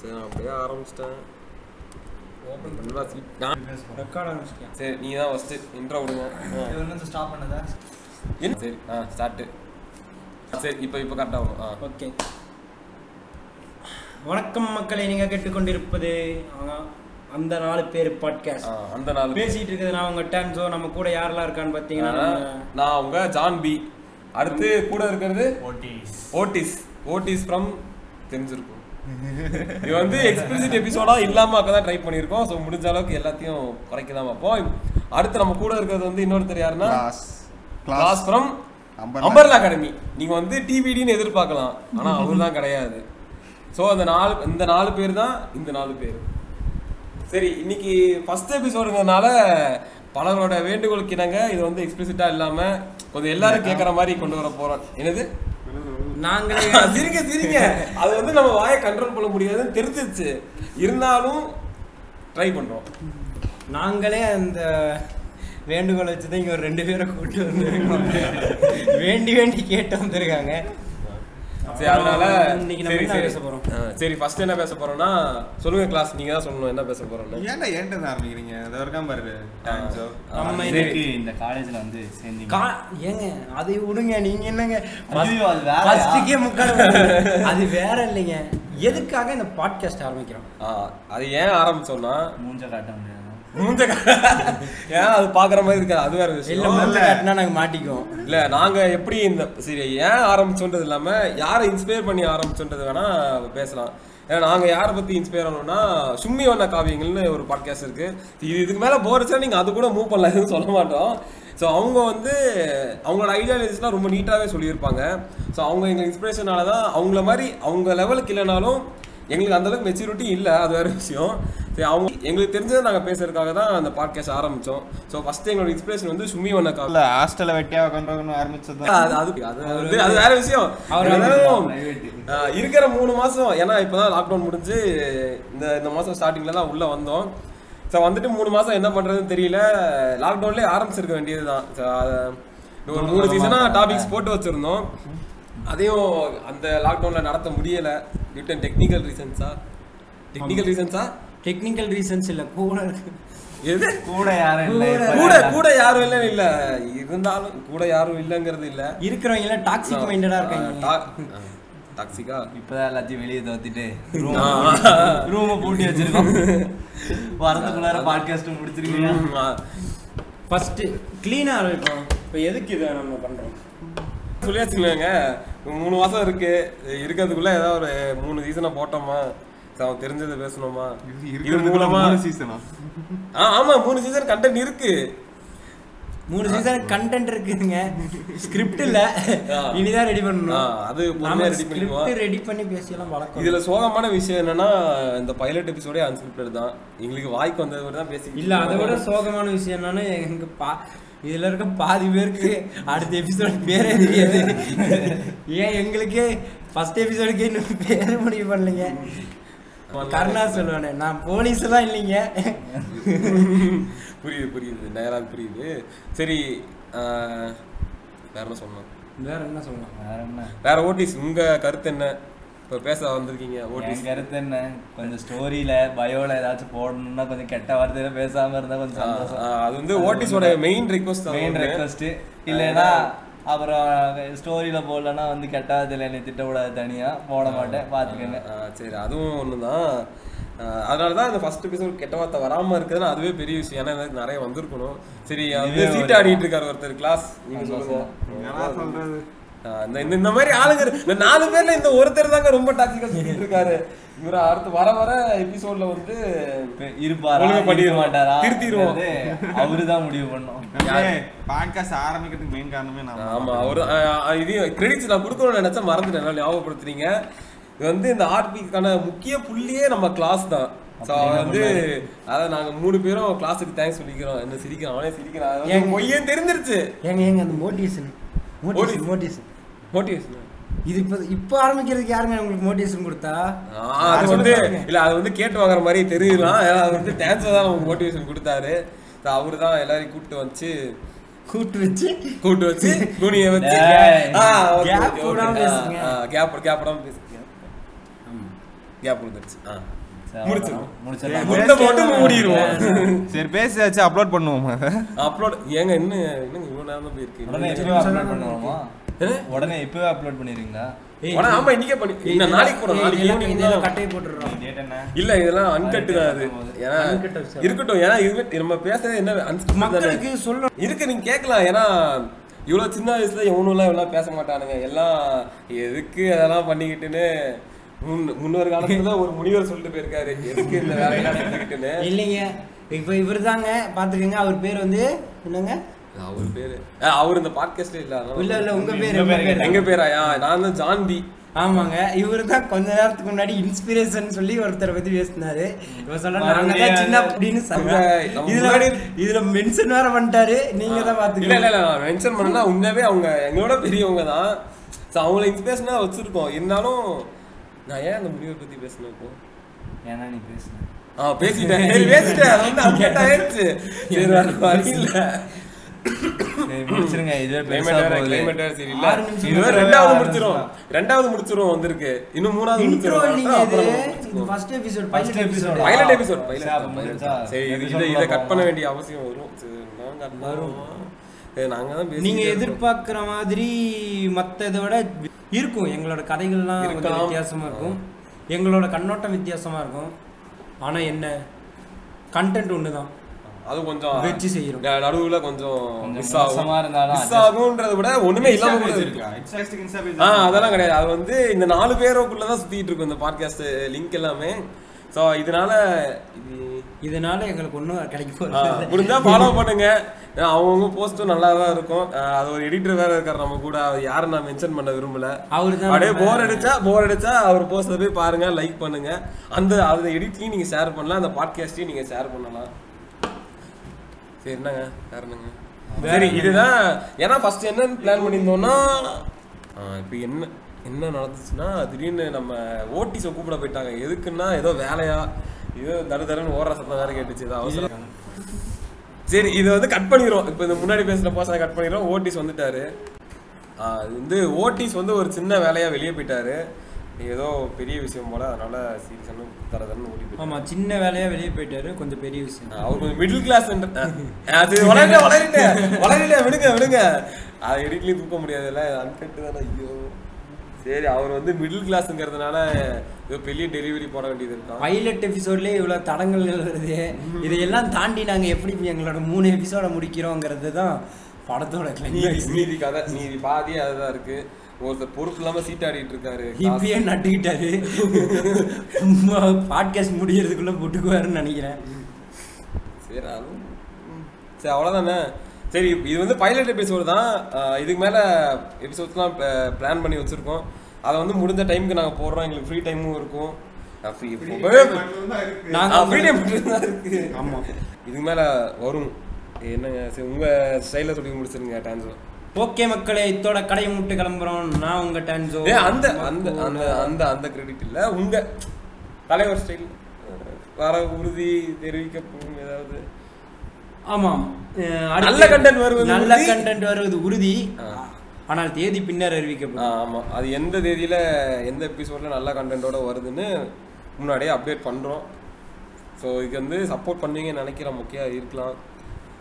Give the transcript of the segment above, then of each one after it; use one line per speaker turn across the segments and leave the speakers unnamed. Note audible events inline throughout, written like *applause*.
சரி நான் அப்படியே ஆரம்பிச்சிட்டேன்
ஓப்பன்
நான்
ரெக்கார்ட் ஆரம்பிச்சிட்டியா
சரி நீ தான் ஃபஸ்ட்டு இன்ட்ரோ விடுங்க ஆ.
இது வந்து ஸ்டாப் பண்ணதா
என்ன சரி ஆ ஸ்டார்ட்டு சரி இப்போ இப்போ கரெக்டாக வரும் ஆ
ஓகே வணக்கம் மக்களை நீங்கள் கேட்டுக்கொண்டிருப்பது ஆ, அந்த நாலு பேர்
ஆ,
பாட்காஸ்ட்
அந்த நாள்
பேசிட்டு இருக்குது நான் உங்கள் டைம் ஸோ நம்ம கூட யாரெல்லாம் இருக்கான்னு பார்த்தீங்கன்னா நம்ம-
நான் உங்க ஜான் பி அடுத்து கூட இருக்கிறது ஓட்டிஸ் ஓட்டிஸ் ஃப்ரம் தெரிஞ்சிருக்கும் இது வந்து எக்ஸ்பிளிசிட் எபிசோடா இல்லாம தான் ட்ரை பண்ணியிருக்கோம் ஸோ முடிஞ்ச அளவுக்கு எல்லாத்தையும் குறைக்க தான் பார்ப்போம் அடுத்து நம்ம கூட இருக்கிறது வந்து இன்னொருத்தர் யாருன்னா
Klaus Klaus
class from
Umbrella.
Umbrella Academy நீங்க வந்து டிவிடின்னு எதிர்பார்க்கலாம் ஆனா அவர் தான் கிடையாது ஸோ அந்த நாலு இந்த நாலு பேர் தான் இந்த நாலு பேர் சரி இன்னைக்கு ஃபர்ஸ்ட் எபிசோடுங்கிறதுனால பலரோட வேண்டுகோளுக்கு இணங்க இது வந்து எக்ஸ்பிளிசிட்டா இல்லாம கொஞ்சம் எல்லாரும் கேட்குற மாதிரி கொண்டு வர போறோம் என்னது
நாங்களே
சிரிங்க சிரிங்க அது வந்து நம்ம வாயை கண்ட்ரோல் பண்ண முடியாதுன்னு தெரிஞ்சிருச்சு இருந்தாலும் ட்ரை பண்றோம்
நாங்களே அந்த வேண்டுகோள் வச்சு தான் இங்கே ஒரு ரெண்டு பேரை கூட்டு வந்திருக்கோம்
*laughs*
வேண்டி வேண்டி கேட்டு வந்திருக்காங்க
சரி அதனால
இன்னைக்கு நம்ம
சரி
என்ன
சரி
பேச போறோம்?
ஆ, சரி ஃபர்ஸ்ட் என்ன பேச போறோம்னா சொல்லுங்க கிளாஸ் நீங்க தான் சொல்லணும் என்ன பேச போறோம்னு
ஏன்டா ஏன்டா இதை ஆரம்பிக்கிறீங்க அதை வரைக்கும் பாரு time zone.
நம்ம
சரி.
எனக்கு இந்த காலேஜ்ல வந்து சேர்ந்தீங்க
கா- ஏங்க அது விடுங்க நீங்க என்னங்க
ஐயோ, அது வேறயா?
ஃபர்ஸ்ட்டுக்கே முக்கால் அது வேற இல்லைங்க எதுக்காக இந்த பாட்காஸ்ட் ஆரம்பிக்கிறோம்
ஆ, அது ஏன் ஆரம்பிச்சோம்னா
மூஞ்ச காட்ட முடியாது
மூஞ்ச கா- ஏன் அது பாக்குற மாதிரி இருக்காது அது வேற
இல்ல
விஷயம்
முதல்ல காட்டினா நாங்க மாட்டிக்குவோம்
இல்ல நாங்க எப்படி இந்த சரி ஏன் ஆரம்பிச்சோன்றது இல்லாம யாரை இன்ஸ்பயர் பண்ணி ஆரம்பிச்சோன்றது வேணா பேசலாம் ஏன்னா நாங்க யாரை பத்தி இன்ஸ்பயர் ஆனோம்னா சும்மி வண்ண காவியங்கள்னு ஒரு பாட்காஸ்ட் இருக்கு இது இதுக்கு மேல போறச்சா நீங்க அது கூட மூவ் பண்ணலாம் எதுவும் சொல்ல மாட்டோம் ஸோ அவங்க வந்து அவங்களோட ஐடியாலஜிஸ்லாம் ரொம்ப நீட்டாகவே சொல்லியிருப்பாங்க ஸோ அவங்க எங்கள் இன்ஸ்பிரேஷனால தான் அவங்கள மாதிரி அவங்க லெவலுக்கு இல்லைனாலும் எங்களுக்கு அந்த அளவுக்கு மெச்சூரிட்டி இல்லை அது வேற விஷயம் சரி அவங்க எங்களுக்கு தெரிஞ்சதை நாங்கள் பேசுறதுக்காக தான் அந்த பாட்காஸ்ட் ஆரம்பித்தோம் ஸோ ஃபஸ்ட்டு எங்களோட இன்ஸ்பிரேஷன் வந்து சும்மி வண்ண காவியம்
இல்ல ஹாஸ்டல்ல வெட்டியா உட்காந்துருக்கணும் ஆரம்பிச்சது
அது- அது அது வந்து- அது வேற விஷயம்
அவர்
இருந்தாலும், ஆ, இருக்கிற மூணு மாசம் ஏன்னா இப்பதான் லாக்டவுன் முடிஞ்சு இந்த இந்த மாசம் ஸ்டார்டிங்ல தான் உள்ள வந்தோம் ஸோ வந்துட்டு மூணு மாசம் என்ன பண்றதுன்னு தெரியல லாக்டவுன்லேயே ஆரம்பிச்சிருக்க வேண்டியதுதான் So, அது ஒரு மூணு சீசனா டாபிக்ஸ் போட்டு வச்சிருந்தோம் அதையும் அந்த லாக்டவுன்ல நடத்த முடியல டியூ டு டெக்னிக்கல் ரீசன்ஸா டெக்னிக்கல் ரீசன்ஸா
டெக்னிக்கல் ரீசன்ஸ் இல்ல கூட இருக்கு
எது
கூட யாரும் இல்லை இப்ப
கூட
எல்லாம்
கூட யாரும் இல்லைன்னு இல்ல இருந்தாலும் கூட யாரும் இல்லைங்கிறது இல்லை
இருக்கிறவங்க எல்லாம் டாக்ஸிக் மைண்டடா இருக்காங்க
டாக்ஸிக்கா
இப்பதான் எல்லாத்தையும் வெளியே தோத்திட்டு
ஆ.
ரூம பூட்டி வச்சிருக்கோம் வரதுக்குள்ளார பாட்காஸ்ட் முடிச்சிருக்கீங்க
ஃபர்ஸ்ட் கிளீனா இருக்கும் இப்போ எதுக்கு இதை நம்ம பண்றோம்
சொல்லியாச்சுங்களேங்க மூணு மாசம் இருக்கு இருக்கிறதுக்குள்ள ஏதாவது ஒரு மூணு சீசனை போட்டோமா சரி, அவன் தெரிஞ்சதை பேசணுமா இது மூலமா
சீசனா
ஆ ஆமா மூணு சீசன் கண்டென்ட் இருக்கு
மூணு சீசன் கண்டென்ட் இருக்குங்க ஸ்கிரிப்ட் இல்ல
ஆ.
இனிதான் ரெடி
ஆ,
பண்ணணும்
அது
நாம
பொறுமையா ரெடி பண்ணிக்குவோம்
ஸ்கிரிப்ட் ரெடி பண்ணி பேசியெல்லாம் வழக்கம்
இதுல சோகமான விஷயம் என்னன்னா இந்த பைலட் எபிசோடே அன்ஸ்கிரிப்டட் தான் எங்களுக்கு வாய்க்கு வந்தது மட்டும் தான் பேசி
இல்ல அதை விட சோகமான விஷயம் என்னன்னா எங்க பா இதுல இருக்க பாதி பேருக்கு அடுத்த எபிசோட் பேரே தெரியாது ஏன் எங்களுக்கே ஃபர்ஸ்ட் எபிசோடுக்கே இன்னும் பேர் முடிவு பண்ணலைங்க கருணா சொல்லுவானே நான் போலீஸ் எல்லாம் இல்லைங்க
புரியுது புரியுது டயலாக் புரியுது சரி ஆ, வேற என்ன சொன்னோம்
வேற என்ன சொல்லலாம்
வேற என்ன
வேற ஓட்டிஸ் உங்க கருத்து என்ன இப்ப பேச வந்திருக்கீங்க
என்
ஓட்டிஸ்
கருத்து என்ன கொஞ்சம் ஸ்டோரியில பயோல ஏதாச்சும் போடணும்னா கொஞ்சம் கெட்ட வார்த்தையில பேசாம இருந்தா கொஞ்சம்
ஆ,
சந்தோஷம்
ஆ, அது வந்து ஓட்டிஸோட மெயின் ரெக்வஸ்ட்
மெயின் ரெக்வஸ்ட் இல்லைன்னா
Uh,
அப்புறம் ஸ்டோரியில போடலன்னா வந்து கெட்ட வார்த்தையில என்னை திட்டக்கூடாது தனியா போட
Uh,
மாட்டேன் பாத்துக்கங்க
சரி அதுவும் ஒண்ணுதான் ஆ, அதனாலதான் இந்த ஃபர்ஸ்ட் எபிசோட் கெட்ட வார்த்தை வராம இருக்குதுன்னா அதுவே பெரிய விஷயம் ஏன்னா எனக்கு நிறைய வந்திருக்கணும் சரி வந்து
இதுவே ஒரு-
சீட் ஆடிட்டு இருக்காரு ஒருத்தர் கிளாஸ் நீங்க சொல்லுங்க
சொல்றது
ஆ, இந்த- இந்த இந்த மாதிரி ஆளுங்க இரு- இந்த நாலு பேர்ல இந்த ஒருத்தர் தாங்க ரொம்ப டாக்டிக்கா சொல்லிட்டு இருக்காரு இவர அடுத்து வர வர எபிசோட்ல வந்து
இப்ப இருப்பாரா
ஒழுங்கா
இருக்க
பண்ணிடுவோம்.
மாட்டாரா
திருத்திடுவோம்.
அவரு தான் முடிவு பண்ணும்
பாட்காஸ்ட் ஆரம்பிக்கிறதுக்கு மெயின் காரணமே நான்
ஆமா அவர் அஹ், அஹ், இதையும் கிரெடிட்ஸ் நான் கொடுக்கணும்னு நினைச்சா மறந்துட்டேன் நல்லா ஞாபகப்படுத்துறீங்க இது வந்து இந்த ஆர்பிக்கான முக்கிய புள்ளியே நம்ம கிளாஸ் தான் ஸோ அவர் வந்து அதான் நாங்க மூணு பேரும் கிளாஸுக்கு தேங்க்ஸ் சொல்லிக்கிறோம் என்ன சிரிக்கிறான் அவனே சிரிக்கிறான் என் பொய்யே தெரிஞ்சிருச்சு
ஏங்க ஏங்க அந்த motivation motivation
Motivation.
Motivation
motivation
இது இப்போ இப்போ ஆரம்பிக்கிறதுக்கு யாருங்க உங்களுக்கு மோட்டிவேஷன் கொடுத்தா
அது வந்து இல்ல அது வந்து கேட்டு வாங்குற மாதிரி தெரியலாம் ஏன்னா அது வந்து டான்ஸ் தான் அவங்க மோட்டிவேஷன் கொடுத்தாரு அவரு தான் எல்லாரையும் கூப்பிட்டு வச்சு
கூட்டு வச்சு
கூட்டு வச்சு துணியை வச்சு
டேய்,
ஆ, okay,
gap
okay,
விடாம
okay. ஆ,
பேசுங்க.
ஆ, gap- gap விடாம பேசுங்க கேப் கொடுத்துருச்சு ஆ
சரி,
முடிச்சிருவோம்.
முடிச்சிடலாம்
முட்டை போட்டு மூடிடுவோம்
சரி பேசியாச்சு அப்லோட் பண்ணுவோமா
அப்லோட் ஏங்க என்ன என்னங்க இவ்வளோ நேரம் தான் போயிருக்கு
உடனே இப்பவே அப்லோட் பண்ணுவோமா உடனே இப்பவே அப்லோட் பண்ணிடுறீங்களா
உடனே ஆமா இன்னைக்கே பண்ணி இன்னும் நாளைக்கு கூட நாளைக்கு ஈவினிங் தான்
கட்டையை போட்டுடுறோம்
டேட் என்ன
இல்ல இதெல்லாம் அன்கட் தான் அது ஏன்னா
Uncut episode.
இருக்கட்டும் ஏன்னா இது நம்ம பேசுறது என்ன unscripted தானே.
மக்களுக்கு சொல்லணும்
இருக்கு நீங்க கேட்கலாம் ஏன்னா இவ்வளோ சின்ன வயசுல எவனும்லாம் எல்லாம் பேச மாட்டானுங்க எல்லாம் எதுக்கு அதெல்லாம் பண்ணிக்கிட்டுன்னு முன் முன்னொரு காலத்துல ஒரு முனிவர் சொல்லிட்டு போயிருக்காரு எதுக்கு இந்த வேலையெல்லாம் பண்ணிக்கிட்டுன்னு
இல்லைங்க இப்போ இவர் தாங்க பாத்துக்கங்க அவர் பேர் வந்து என்னங்க
அவர் பேரு ஆ, அவர் இந்த பாட்காஸ்ட்ல இல்ல அதனால
இல்ல இல்ல உங்க பேர்
உங்க
உங்க
பேரு.
பேரு.
எங்க பேராயா நான் தான் ஜான் பி
ஆமாங்க இவர் தான் கொஞ்ச நேரத்துக்கு முன்னாடி இன்ஸ்பிரேஷன் சொல்லி ஒருத்தரை பத்தி பேசினாரு இவர் சொன்னா நாங்க தான் சின்ன அப்படின்னு சொன்னாங்க
அவங்க நம்ம
இதுல
முன்னாடி-
இதுல மென்ஷன் வேற பண்ணிட்டாரு நீங்க
இல்ல
தான்
இல்ல
பாத்துக்கங்க
இல்ல நான் மென்ஷன் பண்ணா உண்மையாவே அவங்க எங்களோட பெரியவங்க தான் ஸோ அவங்கள இன்ஸ்பிரேஷனா வச்சிருக்கோம் இருந்தாலும் நான் ஏன் அந்த முனிவர் பத்தி பேசணும் இப்போ
ஏன்னா நீ பேசுன
ஆ *laughs* பேசிட்டேன் சரி, பேசிட்டேன் அது வந்து upset *laughs* ஆயிருச்சு சரி வேற வழி இல்ல *laughs*
சரி முடிச்சிருங்க இதுவே பெருசா
கிளைமேட் வேற
போகுது
கிளைமேட் வேற சரி இல்ல
ஆறு நிமிஷம்
இதுவே
தான்.
ரெண்டாவது
ஆறு
முடிச்சிரும் ரெண்டாவது முடிச்சிரும் வந்திருக்கு இன்னும் மூணாவது
இன்ட்ரோ
முடிச்சிரும்
இல்லைங்க
அப்புறம்
இது இது
முடிச்சிருவோம்.
First episode
First
pilot
episode.
Episode
pilot episode,
ஆ,
pilot
சரி, அப்ப முடிஞ்சா.
episode. சரி இது
episode
இதை இதை
போலாம்.
கட் பண்ண வேண்டிய அவசியம் வரும் சரி, நான் cut பண்ணுவோம். சரி, நாங்க தான் பேசிட்டே
நீங்க
இருக்கோம்.
எதிர்பார்க்குற மாதிரி மத்த இதை விட இருக்கும் எங்களோட கதைகள்லாம் கொஞ்சம்
இருக்கலாம்.
வித்தியாசமா இருக்கும் எங்களோட கண்ணோட்டம் வித்தியாசமா இருக்கும் ஆனா என்ன கண்டென்ட் ஒன்று தான்
அது கொஞ்சம்
வெச்சு செய்யறோம்
ந- நடுவுல கொஞ்சம்
கொஞ்சம்
மிஸ்
மோசமா
ஆகும்
இருந்தாலும்
மிஸ் ஆகும்ன்றத விட ஒண்ணுமே இல்லாம கூட இருக்கு
இருக்கா இன்ஸ்டாஸ்டிக் இன்ஸ்டா பேஜ்
ஆ அதெல்லாம் கிடையாது அது வந்து இந்த நாலு பேருக்குள்ள தான் சுத்திட்டு இருக்கும் இந்த பாட்காஸ்ட் லிங்க் எல்லாமே சோ இதனால இது
இதனால எங்களுக்கு ஒன்றும் கிடைக்க
ஆ,
போகிறது
முடிஞ்சா ஃபாலோ பண்ணுங்க ஏன்னா அவங்கவுங்க போஸ்ட்டும் நல்லா தான் இருக்கும் ஆ, அது ஒரு எடிட்டர் வேற இருக்காரு நம்ம கூட அவர் யாரை நான் மென்ஷன் பண்ண விரும்பல
அவர் தான்
அப்படியே போர் அடிச்சா போர் அடிச்சா அவர் போஸ்ட்டை போய் பாருங்க லைக் பண்ணுங்க அந்த அந்த எடிட்லையும் நீங்க ஷேர் பண்ணலாம் அந்த பாட்காஸ்டையும் நீங்க ஷேர் பண்ணலாம் சரி என்னங்க வேற என்னங்க சரி இதுதான் ஏன்னா ஃபர்ஸ்ட் என்னன்னு பிளான் பண்ணியிருந்தோம்னா இப்போ என்ன என்ன நடந்துச்சுன்னா திடீர்னு நம்ம ஓட்டிஸை கூப்பிட போயிட்டாங்க எதுக்குன்னா ஏதோ வேலையா ஏதோ தரு தருன்னு ஓடுற சத்தம் வேற கேட்டுச்சு ஏதோ அவசரம் சரி இது வந்து கட் பண்ணிடுவோம் இப்போ இந்த முன்னாடி பேசுகிற பர்சனை கட் பண்ணிடுவோம் ஓட்டிஸ் வந்துட்டாரு ஆ, அது வந்து ஓட்டிஸ் வந்து ஒரு சின்ன வேலையாக வெளியே போயிட்டாரு ஏதோ பெரிய விஷயம் போல அதனால சீரியஸான தர தரன்னு ஓடி போயிட்டாரு
ஆமா சின்ன வேலையா வெளியே போயிட்டாரு கொஞ்சம் பெரிய விஷயம்
ஆ, அவர் கொஞ்சம் மிடில் கிளாஸ் அது வளரல வளரல வளரல விடுங்க விடுங்க அது எடிட்லயும் தூக்க முடியாதுல்ல அன்கட்டு தானே ஐயோ சரி அவர் வந்து மிடில் கிளாஸ்ங்கிறதுனால ஏதோ பெரிய டெலிவரி போட வேண்டியது இருக்கான்
பைலட் எபிசோட்லயே இவ்வளவு தடங்கல்கள் வருது இதையெல்லாம் தாண்டி நாங்க எப்படி எங்களோட மூணு எபிசோட முடிக்கிறோங்கிறது தான் படத்தோட
நீதி
climax.
நீதி கதை நீதி பாதி அதுதான் இருக்கு ஒருத்தர் பொறுப்பு இல்லாம சீட்டாடிட்டு இருக்காரு காசு-
இப்பயே நட்டுக்கிட்டாரு பாட்காஸ்ட் முடியறதுக்குள்ள போட்டுக்குவாருன்னு நினைக்கிறேன்
சரி அதுவும் ம். சரி அவ்வளோதானே சரி இது வந்து பைலட் எபிசோடு தான் அஹ் இதுக்கு மேலே எபிசோட்ஸ்லாம் பிளான் பண்ணி வச்சுருக்கோம் அதை வந்து முடிஞ்ச டைமுக்கு நாங்கள் போடுறோம் எங்களுக்கு ஃப்ரீ டைமும் இருக்கும்
நாங்க
ஃப்ரீ டைம் இருக்கு
ஆமா
இதுக்கு மேலே வரும் என்னங்க சரி உங்கள் ஸ்டைலில் சொல்லி முடிச்சிருங்க டான்ஸில்
ஓகே மக்களே இத்தோட கடையை முட்டு கிளம்புறோம் நான் உங்க டான்ஸோ
ஏ அந்த அந்த அந்த அந்த அந்த கிரெடிட் இல்லை உங்கள் தலைவர் ஸ்டைல் வர உறுதி தெரிவிக்கப்படும் ஏதாவது
ஆமாம் அஹ் அடுத்து
நல்ல content வருவது
நல்ல
உறுதி.
கண்டென்ட் வருவது உறுதி
ஆ.
ஆனால் தேதி பின்னர் அறிவிக்கப்படும்
ஆமாம் அது எந்த தேதியில் எந்த எபிசோடில் நல்ல கண்டென்ட்டோட வருதுன்னு முன்னாடியே அப்டேட் பண்ணுறோம் ஸோ இதுக்கு வந்து சப்போர்ட் பண்ணுவீங்கன்னு நினைக்கிறேன் முக்கியம் இருக்கலாம்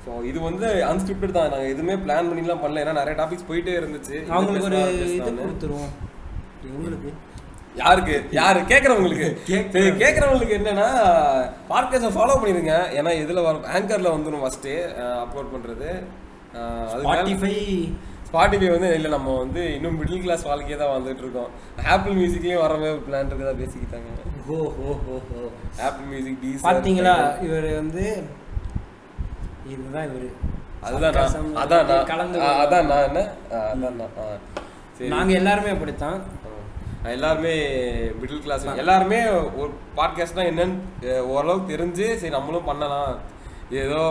ஸோ இது வந்து அன்ஸ்கிரிப்டட் தான் நாங்கள் எதுவுமே பிளான் பண்ணிலாம் பண்ணல ஏன்னா நிறைய டாபிக்ஸ் போயிட்டே இருந்துச்சு இது
அவங்களுக்கு ஒரு
பேசலாம்,
இது
பேசலாம்னு.
கொடுத்துருவோம் உங்களுக்கு
யாருக்கு யாரு கேட்குறவங்களுக்கு
கேக்குறவங்களுக்கு.
சரி கேட்குறவங்களுக்கு என்னன்னா பாட்காஸ்ட்டை ஃபாலோ பண்ணிடுங்க ஏன்னா இதில் வரும் ஆங்கரில் வந்துடும் ஃபஸ்ட்டு அப்லோட் பண்ணுறது அது மேல-
ஸ்பாட்டிஃபை
ஸ்பாட்டிஃபை வந்து இல்லை நம்ம வந்து இன்னும் மிடில் கிளாஸ் வாழ்க்கையே தான் வந்துட்டு இருக்கோம் ஆப்பிள் மியூசிக்லேயும் வர மாதிரி பிளான் இருக்கதா பேசிக்கிட்டாங்க
ஹோ ஹோ ஹோ ஹோ
ஆப்பிள் மியூசிக் டீசர்
பாத்தீங்களா இவர் வந்து இதுதான் இவரு
அதுதான் நான்
sarcasm
அதான் நான்
கலந்து
ஆ, அதான் நான் என்ன ஆ, அதான் நான் ஆ. சரி
நாங்க எல்லாருமே அப்படித்தான்
ஆ. எல்லாருமே மிடில் கிளாஸ் எல்லாருமே ஒரு பாட்காஸ்ட்னா என்னன்னு அஹ், ஓரளவுக்கு தெரிஞ்சு சரி நம்மளும் பண்ணலாம் ஏதோ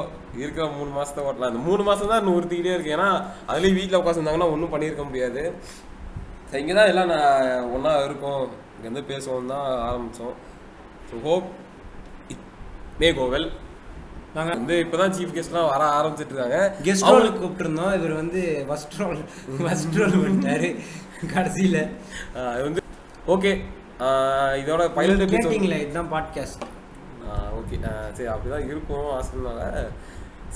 இருக்கிற மூணு மாசத்தை ஓட்டலாம் இந்த மூணு மாசம் தான் நூறுத்திக்கிட்டே இருக்கு ஏன்னா அதுலேயும் வீட்டில் உட்காந்துருந்தாங்கன்னா ஒன்றும் பண்ணியிருக்க முடியாது இங்கே தான் எல்லாம் நான் ஒன்றா இருக்கோம் இங்கேருந்து பேசுவோம் தான் ஆரம்பித்தோம் ஸோ ஹோப் மே கோவல்
நாங்க
வந்து இப்போ தான் சீஃப் கெஸ்ட்லாம் வர ஆரம்பிச்சிட்டு இருக்காங்க
கெஸ்ட்
அவங்க-
ரோல் கூப்பிட்டுருந்தோம் இவர் வந்து ஃபர்ஸ்ட் ரோல் ஃபர்ஸ்ட் ரோல் பண்ணிட்டாரு கடைசியில
ஆஹ் அது வந்து ஓகே ஆஹ் இதோட பைலட் எபிசோட்
கேட்டிங்களே இதுதான் பாட்காஸ்ட்
ஓகே சரி அப்படிதான் இருக்கும் ஆசைனால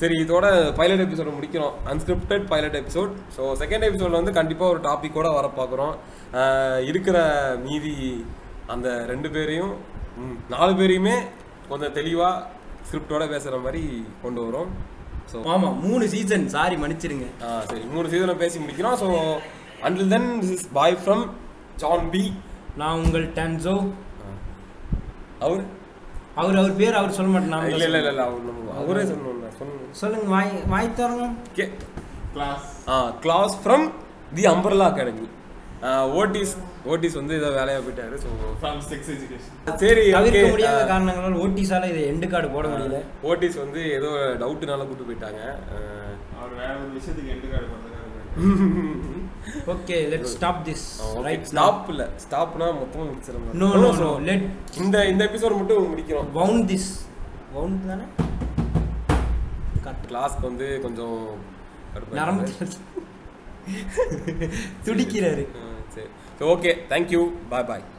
சரி இதோட பைலட் எபிசோட முடிக்கிறோம் unscripted pilot episode so second எபிசோடில் வந்து கண்டிப்பாக ஒரு டாப்பிக்கோட வர பார்க்குறோம் இருக்கிற மீதி அந்த ரெண்டு பேரையும் ம், நாலு பேரையுமே கொஞ்சம் தெளிவாக ஸ்கிரிப்டோட பேசுகிற மாதிரி கொண்டு வரோம் ஸோ
ஆமா மூணு சீசன் சாரி மன்னிச்சிருங்க
ஆ சரி மூணு சீசனை பேசி முடிக்கிறோம் so until then this is bye from John B
நான் உங்கள் டன்சோ
அவர்
அவர் அவர் பேர் அவர் சொல்ல மாட்டேன் நாம
இல்லை இல்லை இல்லை அவர் நம்ம அவரே சொன்னோம்ல சொன்னோம்
சொல்லுங்க வாய் வாய் தரணும்
கே
class
class from the umbrella academy Otis Otis வந்து ஏதோ வேலையாக போயிட்டாரு ஸோ
ஃப்ரம் செக்ஸ் எஜுகேஷன்
சரி
தவிர்க்க முடியாத காரணங்களால் ஓட்டிஸால இது எண்டு கார்டு போட முடியல
ஓட்டிஸ் வந்து ஏதோ டவுட்டுனால கூட்டு போயிட்டாங்க
அவர் வேற ஒரு விஷயத்துக்கு எண்டு கார்டு பண்ணுறாரு
okay let stop this right stop
stop இல்லை ஸ்டாப்னா மொத்தமாக முடிச்சிட மாதிரி.
நோ நோ நோ லெட்
இந்த இந்த எபிசோட் மட்டும் முடிக்கிறோம்
வவுண்ட் திஸ் வவுண்ட் தானே கரெக்ட்
கிளாஸ்க்கு வந்து கொஞ்சம் கடுப்பா
நரம்பு
இருக்குது.
துடிக்கிறாரு
ஆ, சரி ஓகே தேங்க்யூ பாய் பாய்